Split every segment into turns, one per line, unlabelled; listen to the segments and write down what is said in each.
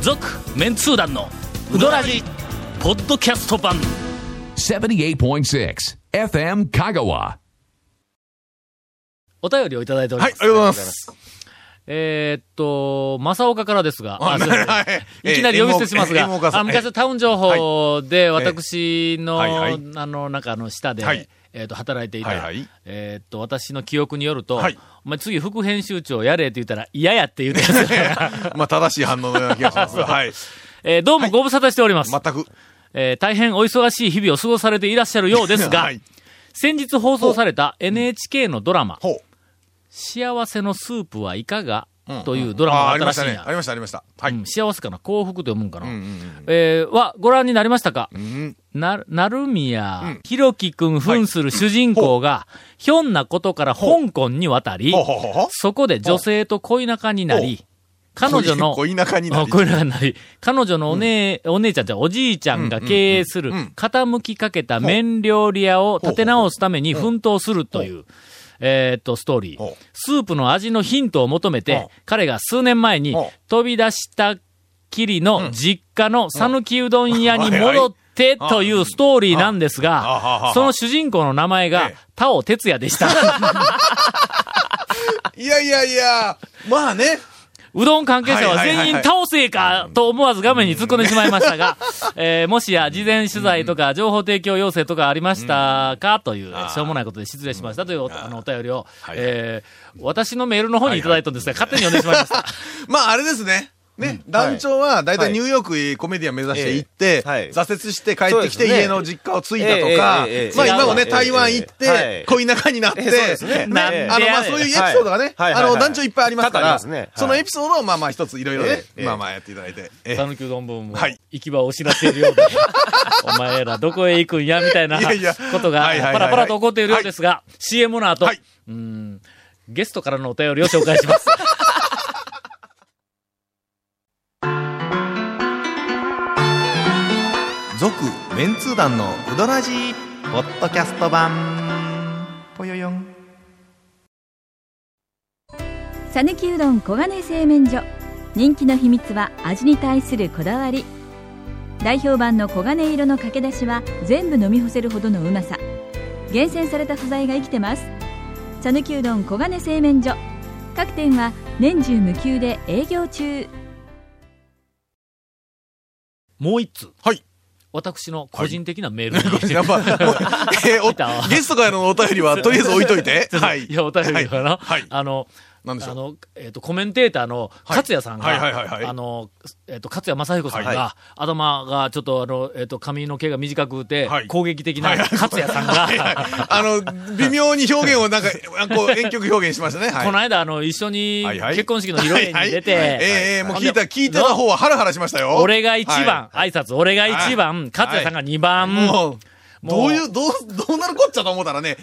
続メンツー団のウドラジポッドキャスト版
78.6 FM Kagawa.
お便りをいただいておりま
はい、あ
す、
りがとうございます。
えーっと正岡からですがあすいません
はい
いきなり呼び捨てします
え
が
ー、えー
あ昔のタウン情報で、
はい
私の、
はいはい
あの、なんかあの、下で、
はい
えっ、と、働いていた、
はいはい
えっ、と、私の記憶によると、
はい
お前次副編集長やれって言ったら嫌やって言って たんですよ
まあ、正しい反応のような気がしますが。はい。
えーどうもご無沙汰しております、
全く。
えー大変お忙しい日々を過ごされていらっしゃるようですが、
はい
先日放送された NHK のドラマ、
ほう。
幸せのスープはいかが、
うん
というドラマ
あ
があ
ーあ
っ
り
たら
ま
しい
した
ん
ね。
や
あ。りました、ありました。は
う
い
ん。幸せかな幸福と読むんかな、
うんうん
えーは、ご覧になりましたか
うん。
な、なるみや
ん、
ひろきくん扮する主人公が、ひょんなことから香港に渡り
ほう、ほうほうほう。
そこで女性と恋仲になり、彼女の、
恋仲にな
あ
り。
恋仲になり、彼女のお姉、お姉ちゃんじゃおじいちゃんが経営する
うんうんうんうん、
傾きかけた麺料理屋を立て直すために奮闘するという、えーっと、ストーリ
ほ
ー
う。
スープの味のヒントを求めて
ほう、
彼が数年前に
ほう
飛び出したきりの実家の讃岐うどん屋に戻ってというストーリーなんです
あは
が
は、
その主人公の名前が
ええ
田尾哲也で した。
いやいやいや、まあね。
うどん関係者は全員倒せかと思わず画面に突っ込んでしまいました が、えーもしや事前取材とか情報提供要請とかありましたかという、しょうもないことで失礼しましたというおあのお便りを、
はい
えー私のメールの方にいただいたんですが、勝手に読んでしまいました。
まあ、あれですね。ね、団長は、だいたいニューヨークコメディアン目指して行って、
ええはい
挫折して帰ってきて、
そうですね
家の実家を継いだとか
ええええええ、
まあ今も
え
ね、
え
台湾行っ
は
て
い、
恋仲になって、
ええそうですね。
なん
ええ
あの、まあ、
出会い
そういうエピソードがね、
はい
あ
はいはい
の、
はい
団長いっぱいありますか
多々あり
ら、
ますねはい
そのエピソードを、まあまあ、一ついろいろね、
ええ
まあまあやっていただいて。 ええ
讃岐うどん分も
はい
行き場を失っているようで、 お前らどこへ行くんやみたいない
や いや
ことが
はいはいはいはい
パラパラと起こっているようですが、CM の後、
はいう
ーんゲストからのお便りを紹介し ます。
続メンツー団のウドラジーポッドキャスト版ぽよよん
さぬきうどん黄金製麺所人気の秘密は味に対するこだわり代表版の黄金色のかけだしは全部飲み干せるほどのうまさ厳選された素材が生きてます「さぬきうどん黄金製麺所」各店は年中無休で営業中
もう一つ。
はい
私の個人的なメールに、 い、
やっぱ、もうええお
来たわ
ゲストからのお便り は、とりあえず置いといて。はい。
や、お便りかな、
はいはい
あの、
なんでしょ
あ
う。
の、えっ、と、コメンテーターの勝也さんが、
はいはいはいはいはい
あの、えっ、と、勝也正彦さんが、
は
頭がちょっと、あの、えっ、と、髪の毛が短くて、
はい
攻撃的な勝也さんが、
はいはいあの、微妙に表現をなんか、あこう、遠曲表現しましたね。はい
この間、あの、一緒に
はいはい
結婚式の披露宴に出て、
はいはいええええもう聞いた、聞いてた方はハラハラしましたよ。
俺が一番、
はい
挨拶、俺が一番、
はい
勝也さんが二番、
もう、
もう
どういう、どう、どうなるこっちゃと思ったらね、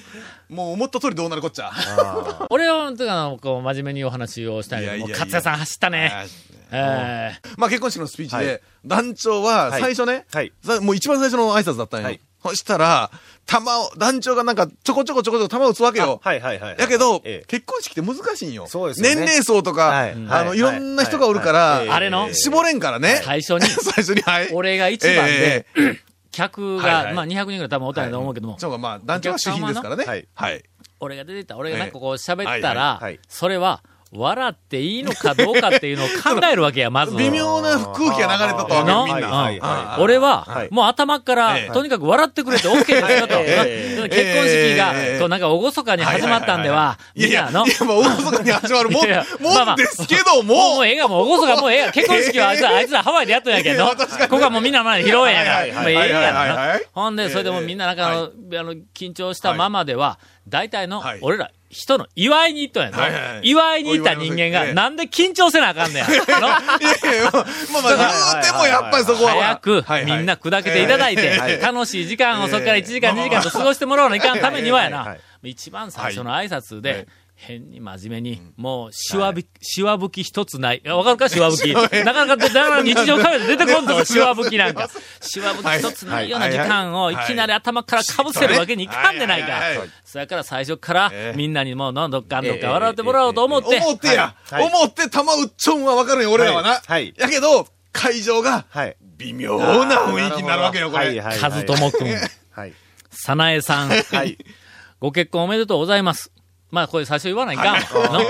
もう思った通りどうなるこっちゃ。
俺は、てか、こう、真面目にお話をしたいけど
いやいや
も
いうや
勝也さん走ったね。
はい
えー
まあ結婚式のスピーチ
は
で、団長は
はい
最初ね
はい、
ざもう一番最初の挨拶だったん
は
よ
い。
そしたら、弾を、団長がなんかちょこちょこちょこちょこ弾を打つわけよ。
はいはいはい。
やけど、
ええ
結婚式って難しいんよ。
そうですよね
年齢層とか、
はい
あの、
はい
いろんな人がおるから
はい、
あれの
絞れんからね。
最初に
最初に、はい。
俺が一番で、
ええ、
客が、
はいはい
まあ200人ぐらい多分おったんやと思うけども、
そうか、まあ、団長は主品ですからね。
お客様の
はい。
俺が出てった、俺がなんかこう喋ったら、
は
いはいはい
それは、笑っていいのかどうかっていうのを考えるわけや、まず。
微妙な空気が流れとった
あの
わけ、みん
はい
な。
はいは
俺は、
はい
もう頭から、
ええ
とにかく笑ってくれて OK ですよと。
はい
うん結婚式が、
ええ
こうなんか厳かに始まったんでは、
いやいや、
み
い
んなの、
や、まあ、大阪に始まるもん、
いやいやまあま
も
あ
んですけども、
もうええが、もう厳か、もうええが、結婚式はあいつら、あいつらハワイでやっとんやけど、
い
こ
や確かに
こはもうみんな前で披露宴やから、
はい
も
は
うえ
い
え
は
は
い
いはい
や
はい
な
はい。
ほんで、それでも
ええ
みんななんかあの、あの、緊張したままでは、大体の
はい、
俺ら、人の祝いに行っとんやの、
はいはいはい
祝いに行った人間
お祝いの席え
が、
え
なんで緊張せなあかんねや。の
いやいや、まあまあ、言うてもやっぱりそこは。
早く
はいはい
みんな砕けていただい
え
て
えはい、
楽しい時間をそこから1時間、
ええ
2時間と過ごしてもらわないかんためにはや
はいはい
な
はい、
一番最初の挨拶
はいは
で
い、
変に真面目に、もう、しわぶき、しわぶき一つない。いやわかるかしわぶき。なかなか、なかなか日常会話で出てこんぞ、しわぶきなんか。しわぶき一つないような時間を、いきなり頭からかぶせるわけにいかんでないか
はいはいはい。
そやから最初から
え、え
みんなにもう、どんどっかんどっか笑ってもらおうと思って、
思ってや、
はい
思って球打っちょんは分かるんよ、俺らはな。
はいはい
やけど、会場が
はい。
微妙な雰囲気になるわけよ、こ
はい
れ。
はいはい
和友くん、
はい。
さなえさん、
はい。
ご結婚おめでとうございます。まあ、これ最初言わないかんの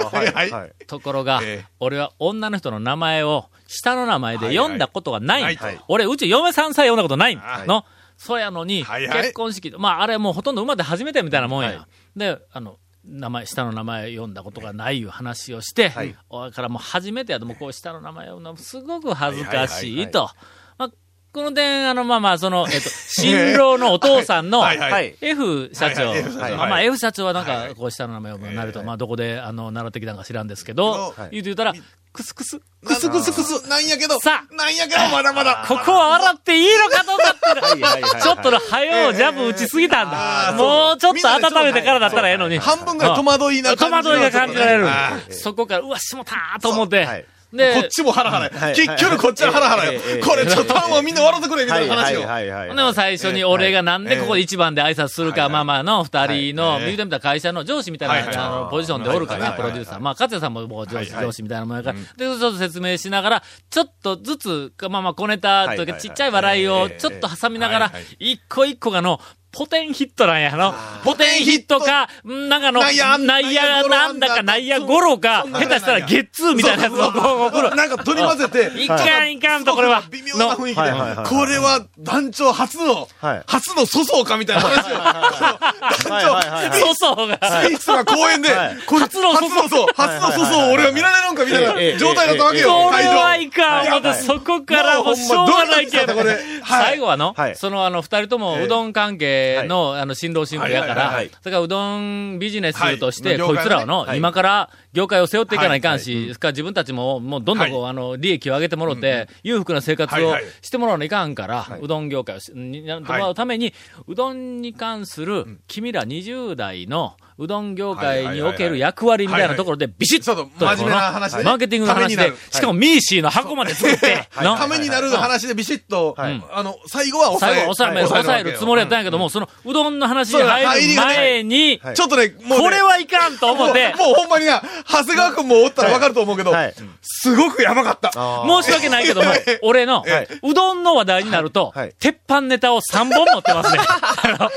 は い。
はい
はい。
ところが、
ええ
俺は女の人の名前を下の名前で読んだことがない。
はいはい
はい
俺、うち嫁さんさえ読んだことないの。
はい
そやのに、
はいはい
結婚式、まあ、あれもうほとんど生まれて初めてみたいなもんや。
は
で、あの、名前、下の名前読んだことがないいう話をして、
はい
おいからもう初めてやと、もうこう下の名前を読むのすごく恥ずかし
はいはいはいいはい
と。まあこの点、あの、まあまあ、その、えっと、新郎のお父さんの、
はいはい
は
はいい。
F 社長、
はいはい F 社長
まあ
はい
まあ F 社長はなん
はい
か
は、い
こう下の名前をなると、
ええ
まあどこであの習ってきたんか知らんですけど、
は
言う
い
て言ったら、クスクス、
クスクスクス、なんやけど、
さあ
なんやけど、まだまだ。
ここは洗っていいのかと思ってる。
はいはいはい
ちょっとの早うジャブ打ちすぎたんだ。もうちょっと温めてからだったらええのに。
半分ぐらい戸惑いな
戸
感じの
惑いが感じられる
あ。
そこから、うわ、しもたーと思って。
はい
で、
こっちもハラハラ
は
や。
い
結局こっちはハラハラや
はいはい。
これちょっとファンはみんな笑ってくれみ
は
た
い
いな話を。
はいはい。
でも最初に俺がなんでここで一番で挨拶するか、
はい
まあまあの、二人の、
はい
見てみたら会社の上司みたいな、
はいはい
あのポジションでおるから
はい
ね、
はい
プロデューサー。まあ、勝也さんももう上司、
はいはい
上司みたいなもんやから。で、ちょっと説明しながら、ちょっとずつ、まあまあ小ネタというか、
はいはいはい
ちっちゃい笑いをちょっと挟みながら
はいはい、
一個一個がの、ポテンヒットなんやの。ポテンヒットか、んなんかの、
内野
内野なんだか、内
内野
野
ゴロ
ゴロか、
そんな
下手したらゲッツ ーみたいなやつをこう来る。
なんか取り混ぜて、
いかんいかんと、これは。
微妙な
の
雰囲気で、
はいはいはいはい
これは団長初の、
はい
初の粗相かみたいな話を、
はいはいはいはい。
そうそうが。
スピーチとか公演で、これ
初の粗相
初の粗相初の粗相を俺は見られるんかみた
えええ
い
え
な状態だったわけよ、
こ
会
れはい
場。
かん思っ
いや
て、そこからもうしょうがないけど
もうほんまどうなったんですかねこれはい
最後はの
は、い
そのあの、二人ともうどん関係の、あの、新郎新婦やか
はい
はい
ら
はいはい、
それからうどんビジネスとして、
はい業
こい
界のね
つらはの、
はい
今から業界を背負っていかないかんし、それから自分たちも、もうどんどんこう、あの、利益を上げてもろて、裕福な生活
はい
を
はい
してもらわないかんから、うどん業界をし、にやってもらうために、うどんに関する、君ら20代の、うどん業界における役割みたいなところで、ビシッ
ちょ
と
っと真面目な話ね
マーケティングの話
ため
で
になる、
しかもミーシーの箱まで作って、の
ためになる話でビシッと、
はい
あの、最後は抑え
最後抑えめ、抑えるつもりやったんやけども、そのうどんの話に入る前に、
はい
ちょっとね、もうね、
これはいかんと思って、
もうもうほんまにな、長谷川くんもおったらわかると思うけど、
はい。
すごくやばかった。
申し訳ない けども、俺の
はいう
どんの話題になると
はいはい、
鉄板ネタを3本持ってますね。あのこ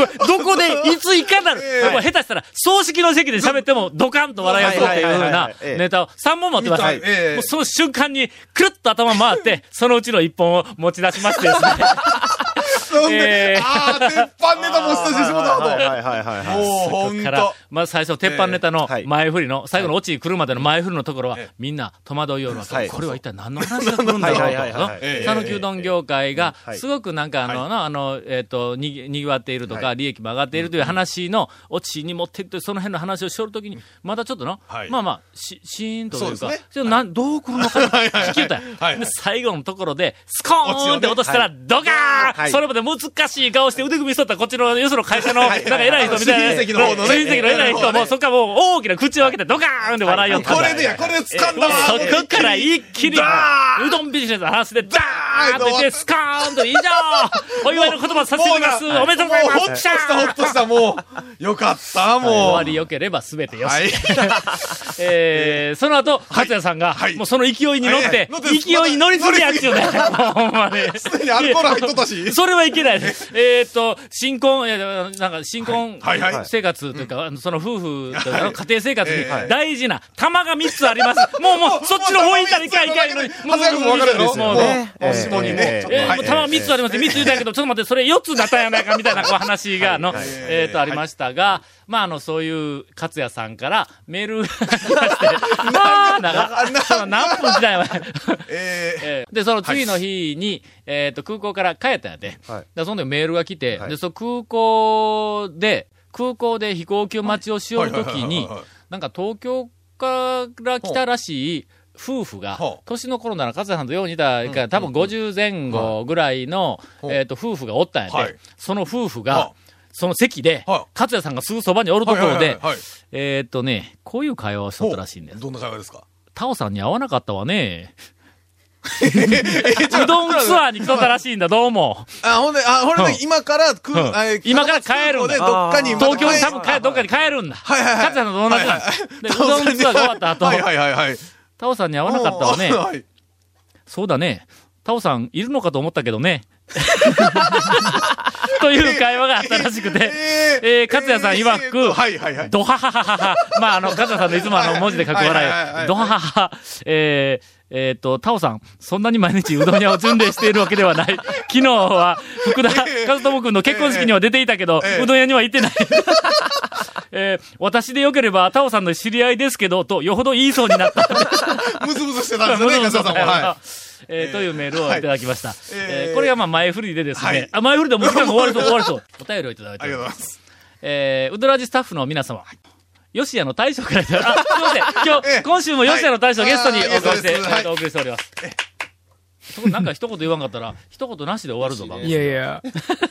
れ、どこで、いついかなる、
ええ
もう下手したら、葬式の席で喋っても、ドカンと笑いやすいっていうよう
はいはいはい
な
はいええ
ネタを3本持ってます。
見たいええ
もうその瞬間に、くるっと頭回って、そのうちの1本を持ち出しましてですね。
そんで、
えー
ああ、鉄板ネタもしたしてしもたわと。
はいはいはいはいはい。
もうほん
から
と。、
まず最初、鉄板ネタの
ええはい
前振りの、最後のオチに来るまでの前振りのところは
ええ、
みんな戸惑いような
はい
これは一体何の話が来るんだ
はいはいはいはい
ろ
は
う
い
と。
ええ
讃岐うどん業界が
え、え
すごくなんかあの、なあの、えっと、にぎにぎわっていると
は
か、利益も上がっているという話のオチに持っていって、その辺の話をしょるときに、またちょっとの
は、い
まあまあ、し、シーンという
そ
か
うですね、
ちょっとなんどう来るのかな聞きよったん
は
や
い
で最後のところで、スコーンって落としたら、
オ
ドカー
は
ン
い
それまで難しい顔して腕組みしとった、こっちの、よその会社の、なんか偉い人みたいな。
主任席の方のね
主任席の偉い人も、そっからもう大きな口を開けてドカーンって笑いよったん
こ
だ
れでや、これで掴んだわ。
そこから一気に、うどんビジネスの話で、ダーンと言って、スカーンと、以上お祝いの言葉させていただきますおめでとうございます
もうほっとした、ほっとした、もう。よかった、もう。
終わりよければ全てよし。
はい。
えー、その後、勝也さんが、
はい
もうその勢いに乗って、
はい乗って
勢いに乗りすぎやっちゅうね。ほんまに。
すでにアルコール入っとったし。
それはいけないです。えーっと、新婚、いやなんか、新婚
はいはいはい
生活というか、あのその夫婦というか、
はい
家庭生活に
ええはい
大事な玉が3つあります。もう、もう、そっちの方行ったらいかんいかんのに。
もう、長谷川君も分かるや
も
ろ。も
う
う、
ね
ええ
もう下にね。ちょっと
えー
は
も
いう
玉3つありますね。3つ言うたんやけど、ちょっと待って、それ4つだったんやないかみたいなこう話が、あの、えーっと、ありましたが、まあ、あの、そういう、勝也さんからメールが来て、まあ、なんか、その何分時代は、
えー
えーで、その次の日に、えっ、と、空港から帰ったんやて。
はい
で、その時メールが来て、
はい
で、その空港で、空港で飛行機を待ちをしようとき
はいはいはい
に
はいはい、
なんか東京から来たらしい夫婦が
ほう、
年の頃なら、勝也さんとよう似たから、多分50前後ぐらいの、
う
えっ、と、夫婦がおったんやて、
はい
その夫婦
は
が
い、
その席で、
は
勝也さんがすぐそばにおるところ
はいはい
で
はいはい、
えっとね、こういう会話をしとったらしいんです。
どんな会話ですか
タオさんに会わなかったわ ね。うどんツアーに来とったらしいんだ、どうも。
あ、ほんで、あ、ほんで、今から来る
うん、
あえ
今から帰るんだ
で、どっかに、
東京に多
ま
分帰、どっかに帰るんだ。
いはいはい
勝也さんと同じなんだ。で、う
た
どんツアーが終わった
はい
後、
はいはいはい。
タオさんに会わなかったわね
お。ーはい
そうだね。タオさんいるのかと思ったけどね。 という会話があったらしくて、えー、勝也さん曰
えー
く
と、はいはい はい。
ドハハハハハ。まあ、あの、カズさんのいつもあの、文字で書く
はいはいはいは
笑い。
い
ドハハハ。えーえーっと、タオさん、そんなに毎日うどん屋を巡礼しているわけでは ない。昨日は、福田和智君の結婚式には出ていたけど、
ええ
うどん屋には行ってない。 えー私でよければ、タオさんの知り合いですけど、と、よほど言いそうになった。
ムズムズしてたんですよね、
そうそう
勝
そ
也さ
うん
も。は
えーというメールをいただきました。え
え
ー
ー
これがまあ前振りでですね、
はい
あ前振りでもう時間が終わると終わると、お便りをいただい
い。
て
あ
おり
り
ま
がとうござい
す
ま。す。
えー、ウドラジスタッフの皆様。吉谷の大将からいただい たあ、すいません。今日、今週も吉谷の大将ゲストにお
はいあー
送りして、
ゲストですはい
えーとお送りしております。そこ なんか一言言わんかったら、一言なしで終わるぞ、番
い
組。
やいや、
いや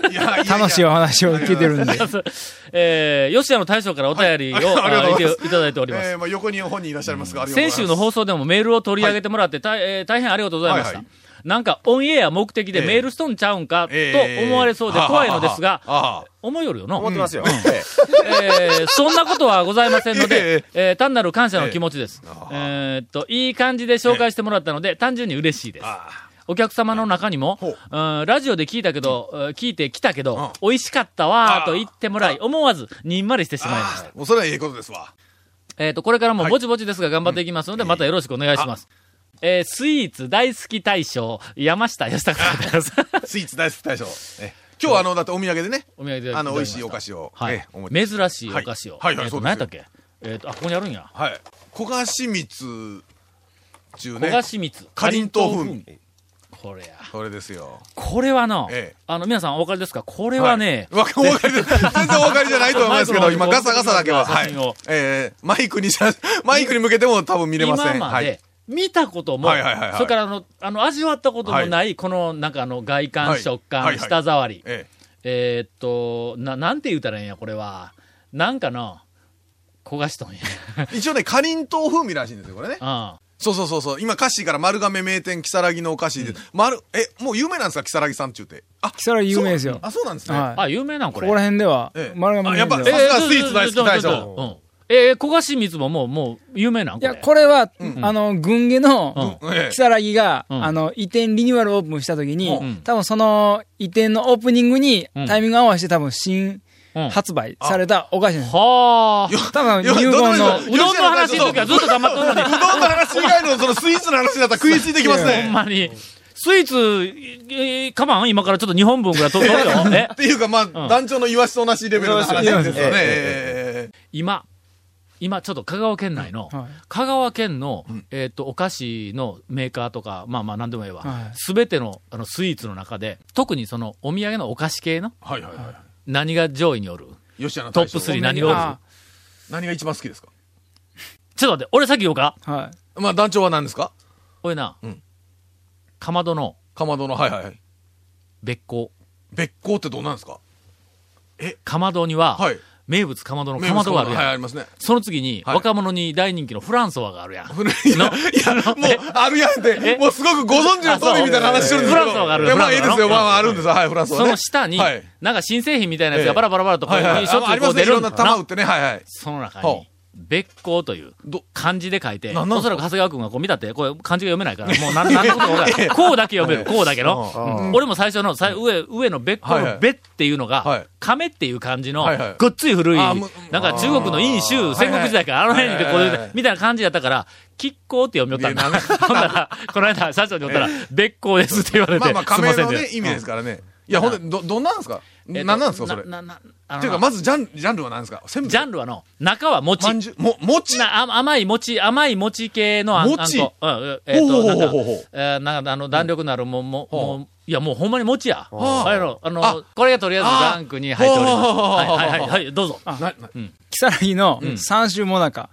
いやや
楽しいお話を聞けてるんで。
えー、吉谷の大将からお便りを、
はいあありがとう
あ
ご
い
ざいます
ていただいております。
えーまあ横に本人いらっしゃいますが、ありがとうござい
先
ます
週の放送でもメールを取り上げてもらって、大えー大変ありがとうございました。
はいはい
なんか、オンエア目的で
ええ
メールしとんちゃうんか、
え
と
ー
思われそうで怖いのですが、
ああああ
思いよるよな。
思ってますよ。
えーそんなことはございませんの
いえい
で
え、
えー単なる感謝の気持ちです。えーっと、いい感じで紹介してもらったので、単純に嬉しいです。お客様の中にも、
ほう
うんラジオで聞いたけど、うん聞いてきたけど、美味しかったわーと言ってもらい、思わずにんまりしてしまいました。
もうそれはええことですわ。
えっ、と、これからもぼちぼちですが頑張っていきますので、またよろしくお願いします。えースイーツ大好き大賞、山下義孝さんです。
スイーツ大好き大賞。え今日はあの、だってお土産でね、
お土産いただきました
あの、美味しいお菓子を、
は
え
い
えお持。ち
珍しいお菓子を。
はい
えーと
はいはいそうですよ
何やったっけえっ、と、あ、ここにあるんや。
はい。焦がし蜜中
焦
ね
が。し蜜。
かりんとう風
か
味
りんとう風味これや。
それですよ。
これはな、
ええ
あの、皆さんお分かりですかこれはね、
わかお分かりです。全然お分かりじゃないと思いますけど、
マイクの
今ガサガサだけは。
マイ
はい
クの写真を。
ええマイクに写、マイクに向けても多分見れません。
今ま
はい。
で見たことも、
はいはいはいはい
それからあの、あの、味わったこともない、この、なんかあの、外観、
はい
食感、
はいはい
舌触り。
え
えーっとな、なんて言うたらええんや、これは。なんかな、焦がしとん や。
え一応ね、かりんとう風味らしいんですよ、これね。
あ
そうそうそうそう。今、歌詞から丸亀名店、如月のお菓子で、丸、え、もう有名なんですか、如月さんって言って。あ、
木更木有名ですよ
そうあ、そうなんですね。
は
あ、有名なんこ
こ
れ。
こら辺では
え、え
丸亀
あ
有
やっ
名
ぱ
です
さ
よ
すがスイーツ大好き大
ちょっとちょっとちょっとうんえー、焦がし蜜ももう、もう、有名なん
い
これ。
や、これは、あの、群毛の、
う
ええ
木更木が、
うん
あの、移転リニューアルオープンした時に、
うん
多分その移転のオープニングに
うん
タイミング合わせて多分新
んうん
発売されたお菓子なんです。
はあ。
多分
よ
入門の
ど、
うどんの話の時はずっと黙っとるのに、
うどんの話以外のそのスイーツの話だったら食いついてきます
ほん
ね。
まに。スイーツ、えー、かまん今からちょっと2本分ぐらい取ろうよ。え
っていうか、まあ、団長の言わしと同じレベルの話ですよね。
ええ
ええ
今、今、ちょっと香川県内の、
はい
香川県の、えっ、と、お菓子のメーカーとか、まあまあ何でもええわ
は。い
す、べ、てのあのスイーツの中で、特にそのお土産のお菓子系の
はいはいは
何が上位におる
い。吉野
トップ3何がおる
あ
何が一番好きですか
ちょっと待って、俺先言おうか。
はい。
まあ、団長は何ですか
俺な、
うん
かまどの
かまどの、はいはいはい。
別行。
別行ってどうなんですか
かまどには、
はい
名物かまどのかまどがあるやん。
はい、ありますね。
その次に、
はい
若者に大人気のフランソワがあるやん。
古いや、い やもう、あるやんって、もうすごくご存知の通りみたいな話してるん
あそう
ですけど。
フランスの方がある
いや、まあいいで
フ
す
ランスの
よ。
方が
まあまああるんですよ。はい、フランスはね
その下に、
はい。
なんか新製品みたいなやつ
え
が
え
バラバラバラとこう、
はいはい。
しょっ
ああ
ちゅう
り
こう
ます
出
ね。い
る
ろ
ん
ん
だろ
な玉打ってね。はいはい。
その中
ほ
に、別行という
ど
漢字で書いて、
なんなん
おそらく長谷川君がこう見たって、これ漢字が読めないから、もう何何のことか分 からないこうだけ読める、こうだけど、うん俺も最初のさ上、上の別行
はいは
の
い
別っていうの
は
が
い、
亀っていう漢字の
はいはい、
ごっつい古い、な
あ
ん
む
か中国の陰州、戦国時代から、あの辺にこ
はいはいは
う
い、
みたいな感じだったから、亀甲って読みよったんだ。ほん なら、この間、社長におったら、別行ですって言われて、
まあまあ、
すい
仮
ま
名
せん
の
で
ね、意味ですからね。いや、ほんで、ど、どんなんですか
えっ
何
と
なんですか、それ。っ
ななあの
ていうか、まず、ジャン、ジャンルは何ですかせんべい
ジャンルはの、中は餅
ま。んじゅうも、餅
なあ甘い餅、甘い餅系のあん
餅
あんこ。うんうん、えっ、
ほ
と、
うほ
な
うん
か
ほうほうほう、
えーなんかあの、弾力のあるも、も、
ほ
も
う
う、いや、もうほんまに餅や。
あ
あれやろ、あ
あ
の、これがとりあえずランクに入っております。
ほうほうほうほう
はい、はい、はい、はい、どうぞ。
な、な、
木更木の三種もなか。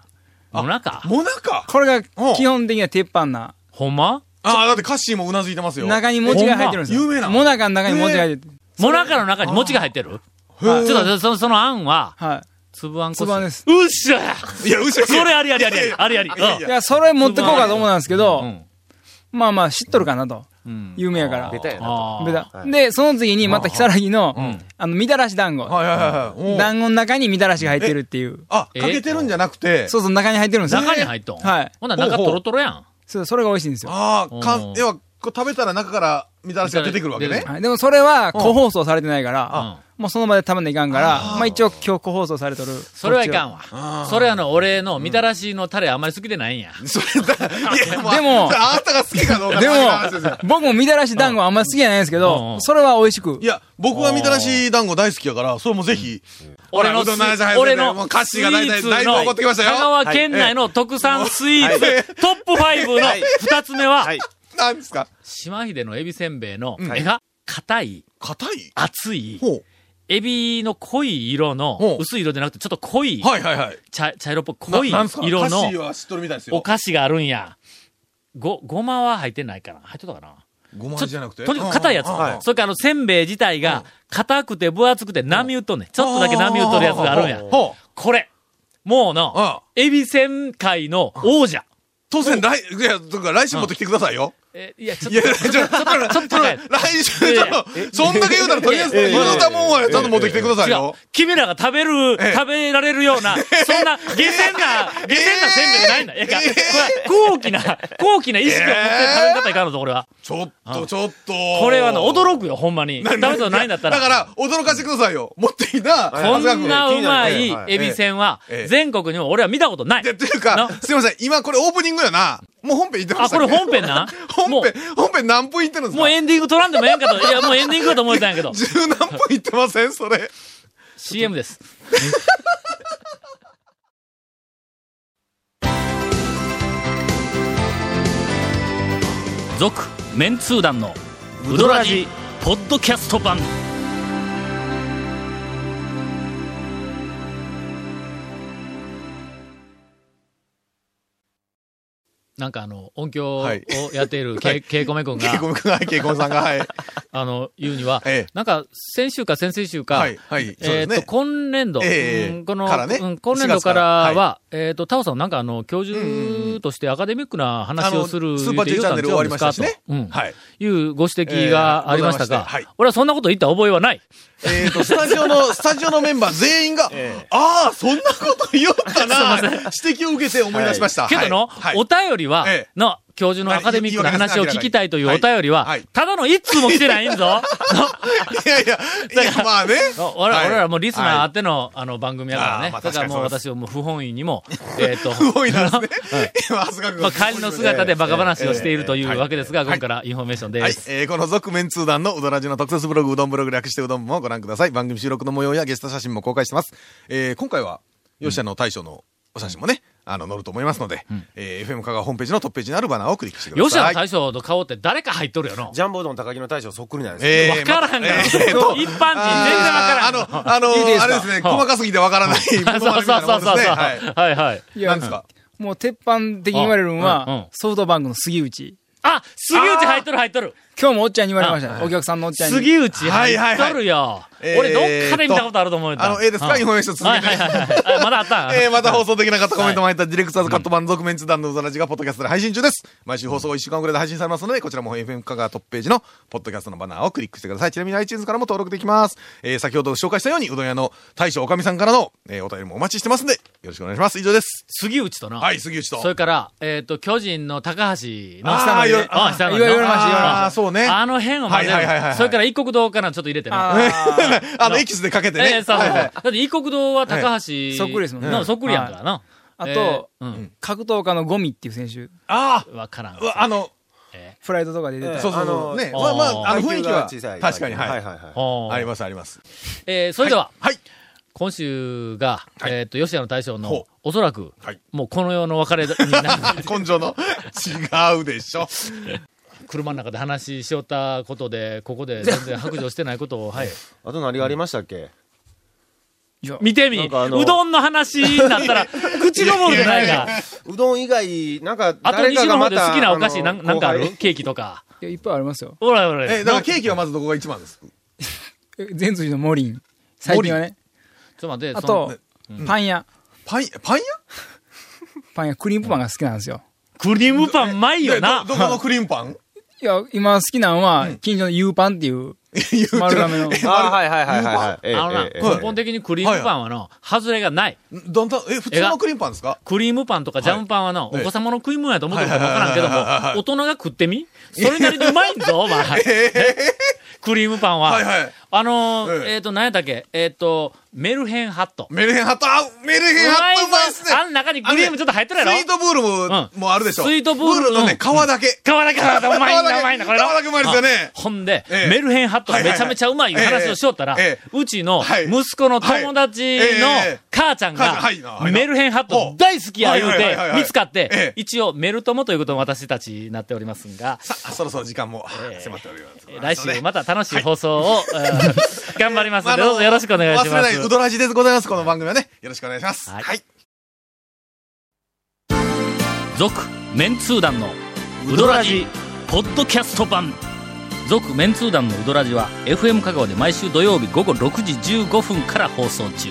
もなか。
もなか
これが基本的には鉄板な。
ほんま
ああ、だってカッシーもうなずいてますよ。
中に餅が入ってるんですよ。
ほんま有名な
もなかの中に餅が入ってる。
もなかの中に餅が入ってるちょ
ー
っと、その、そのあんは、
は
粒あんこ。
粒あんです。
うっしゃや
いや、うしゃ
それありありありあり。ありあり。
いやい
い。い
や
や、それ持ってこうかと思ったんですけ
う
ど、
ん。
まあまあ知っとるかなと。
うん。
有名やから。
ベタやな。
あー
ベタで、その次にまた木更木の
ん、
あの、みたらし団子。
はいはいはいはいおう。
団子の中にみたらしが入ってるっていう。
あ、かけてるんじゃなくて、
そうそう、中に入ってるんですよ。
中に入っとん。
はい
ほんなら中トロトロやん。
そう、それが美味しいんですよ。
ああ、か
うん
ん、要は、これ食べたら中からみたらしが出てくるわけ
出て
ね
く。
はいでもそれは、個放送されてないから
あ、
もうその場で食べないかんから、まあ一応今日個放送されとる。
それはいか
ん。
んわ。それあの、俺のみたらしのタレあんまり好きでないんや。
それだ、いや、
でも
あなたが好きかどうか
でも
って話ですよ、
僕もみたらし団子あんまり好きじゃないんですけ
うんう
ど
ん、
それは美味しく
い。や、僕はみたらし団子大好きやから、それもぜひ。
俺の
うどんの話入ってて
俺の
もう歌詞が大体、だいぶ怒ってきましたよ。
香川県内の特産スイーツ、
はい
トップ5の
はい
2つ目は、
はい。
何ですか
島秀のエビせんべいの、
はい
絵が硬い、
硬い
厚い、
ほ
エビの濃い色の
ほ、う
薄い色じゃなくてちょっと濃い、
う。はいはいはい。
茶茶色っぽい
な
濃い
なんすか
色
歌詞
の
は知っとるみたいです
お
よ。
菓子があるんや。ご、ごまは入ってないかな入ってたかな
ごま
ちょ
味じゃなくて。
とにかく硬いやつ。それからあの、せんべい自体が、硬くて分厚くて波打っとんねん。ちょっとだけ波打っとるやつがあるんや。
ほう。
これ、もうの
あ、
エビせん界の王者。
当然、来、いや、だから来週持ってきてくださいよ。
え、いや、ちょっ
いや、
と
ちょ、ちょ、ちょ、
ちょっと高い
来週、ちょっと、そんだけ言うなら、とりあえず、言うたもんはちゃんと持ってきてくださ
違う
いよ。。
君らが食べる、
ええ
食べられるよう な、そんな、下賤な、下賤なせんべいじゃないんだ。いや、これ、高貴な、高貴な意識を持って食べ方いかんのぞ、これは。
ちょっと、ちょっと。
これはの、驚くよ、ほんまに。食べたことないんだったら。
だから、驚かせてくださいよ。持ってきた、
こんなうま
え
い
えはい
エビせんは
え、え
全国にも俺は見たことない。
で、という
な
か、すいません、今これオープニングやな。もう本編行ってま
あ、
した
こ
っけ
れ本編なも
本
う
編、本編何分行ってるんですか
もうエンディング取らんでもええんかと。いや、もうエンディングかと思ってたんや けど。
十何分行ってませんそれ。
CM です。続、メンツー団の、ウドラジ、ポッドキャスト版。なんかあの、音響を
はい
やっている け、けいこめくんが
ケイ、コ君が、ケイコさんが、はい。
あの、言うには、
ええ
なんか、先週か先々週か、
はい、はい。そう
え
です
っと、
ね。
今年度、
ええ
うんこの、
からね
うん今年度からは、えっと、タオさんなんかあの、教
うん
授としてアカデミックな話をする
あ
っ
の
て
スーパー J
言うたんちゃうんですか
チャンネル
と、うん
はい。
いうご指摘がありました
ええ
が、
ございましてはい
俺はそんなこと言った覚えはない。
えっと、スタジオの、スタジオのメンバー全員が、ああ、そんなこと言おった な、指摘を受けて思い出しました。
けどの、
はい
お便りは、
ええ
の、教授のアカデミックな話を聞きたいというお便りは、
はいはい
ただの一通も来てないんぞ。
いやいや、いや、まあね。
の我々
はい
俺らもリスナーあっての、あの、番組やから
あ
ね。
ーまあ
だからもう
確かに
私はもう不本意に も、えっと、
すごいなんですね。今、はすがく
まあ、帰りの姿でバカ話をしているというわけですが、
は
今
い
からインフォメーション
は
で
い
す。。
えーこの続面通談のうどらじの特設ブログ、うどんブログ略してうどんもご覧ください。番組収録の模様やゲスト写真も公開してます。えー今回は、吉田の大将のお写真もね、あの、載ると思いますので、えー FM 香川ホームページのトップページにあるバナーをクリックしてください。
吉野大将の顔って誰か入っとるよな。
ジャンボうどん高木の大将そっくりなんですよ。
え
わ
ー
からんから、
ま
一般人全然
ーと
わからん。
あーあの、あの、あれですね、細かすぎてわからないものまねみ
そう
た
そ
いうな
そう
も
んそ
で
う。
すね。はい。
はいはい。
い
何ですか
もう鉄板的に言われるの
うんうん
は、ソフトバンクの杉内。
あ、杉内入っとる入っとる。
今日もおっちゃんに言われましたね。お客さんのおっちゃんに。
杉内入っとるよ。
いはいはい
俺どっかで見たことあると思う
あの、ええですか
今。
日本一続
はい
けて
はい。はいはい。まだあったん
えー、また放送できなかったコメントも入った、ディレクターズカット版続面通談のうどらじがポッドキャストで配信中です。毎週放送1週間くらいで配信されますので、こちらも FM 香川トップページのポッドキャストのバナーをクリックしてください。ちなみに iTunes からも登録できます。えー、先ほど紹介したように、うどん屋の大将おかみさんからの、えー、お便りもお待ちしてますんで、よろしくお願いします。以上です。
杉内とな。
はい、杉内と。
それから、えっと、巨人の高橋の
あー
下の
よ
あ、下の
言われました言われ
ましたそうね
あの辺を混ぜ
はいはいはいは
る。
い
それから一国道からちょっと入れてな。
あ
あの、エキスでかけてね。
ええそうそうそう
はいは
だ
い
って、異国堂は高橋、
いそっくりですもんね
なそっくりやんからな。
あ
え
と
えうん
ー格闘家のゴミっていう選手、
あ
わからん
あ、う。わあの、
フライドとかで出て
ええ
た。
そうそうそ
あ
う。
の
ね、
あ
まあまあ、あ
あ
の
の
雰
雰
囲
囲
気
気
は
は、
確かに、はい。
はいはい。
ほう
あります、あります。
えーそれでは、
はい。
今週が、
はい
えっ、と、吉野の大将の
ほ、
おそらく、
はい
もうこの世の別れになる
根性の、違うでしょ。
車の中で話しよったことで、ここで全然白状してないことを、はい。
あと何がありましたっけ
見てみ、
なんかあの
うどんの話になったら、口ごもるじゃないか。
うどん以外、なんか、
あと
誰
西
かが
の方
ま
で
た
好きなお菓子、な
あ
ん
の
なんかあ
後
る
輩
ケーキとか。
いやいっぱいありますよ。
おらおら。
え、だからケーキはまずどこが一番です
え全通寺のモリン。最近はね。
ちょっと待って、
あ
その
と、パン屋。
パン、パン屋
パン屋、クリームパンが好きなんですよ。
クリームパンうまいよな
で。どどこのクリームパン
いや、今好きなのは、近所の U パン っていう、丸亀
あ
の。
ー、はいはいはいはいはい。ええ
あのな、
ええええ
根本的にクリームパンはの、外れがない。
どんどん、え、普通のクリームパンですか
クリームパンとかジャムパンはの、
はい
お子様の食い物やと思ってるかもわからんけども、
はいはいはいはいはい
大人が食ってみそれなりにうまいんぞ、お 前。クリームパンは。
はいはい
あのー
うん
えっ、と、何やったっけえっ、と、メルヘンハット。
メルヘンハット、あ、メルヘンハットうまいっすね。
あの中にクリームちょっと入ってるやろ
スイートブールも、
うん
もうあるでしょ。
スイートブール
の
う
ね、
ん
皮だけ。
買わなきゃうまいんだ、
皮だけ
うまいんだ、これな
皮だけうまいですよね
あほんで、
ええ
メルヘンハットがめちゃめちゃうまいいう話をしよったら、
はいはいはいえ
うちの
はい
息子の友達の
はいええ
母ちゃんが
母ちゃんはいはい、
メルヘンハット大好きや言う
はいはい
て
はいは、い
見つかっ
え
て
え、
一応メル友ということも私たちになっておりますが、
さあ、そろそろ時間も
えー
迫っております。
来週
ま
また楽しい放送 を、えー頑張りますので、どうぞよろしくお願いし
忘れ
ま
ない、
す
う。どらじでございます。この番組はね、よろしくお願いします。
はい
はい。
続メンツー団のウドラジポッドキャスト版続メンツー団のウドラジは FM 香川で毎週土曜日午後6時15分から放送中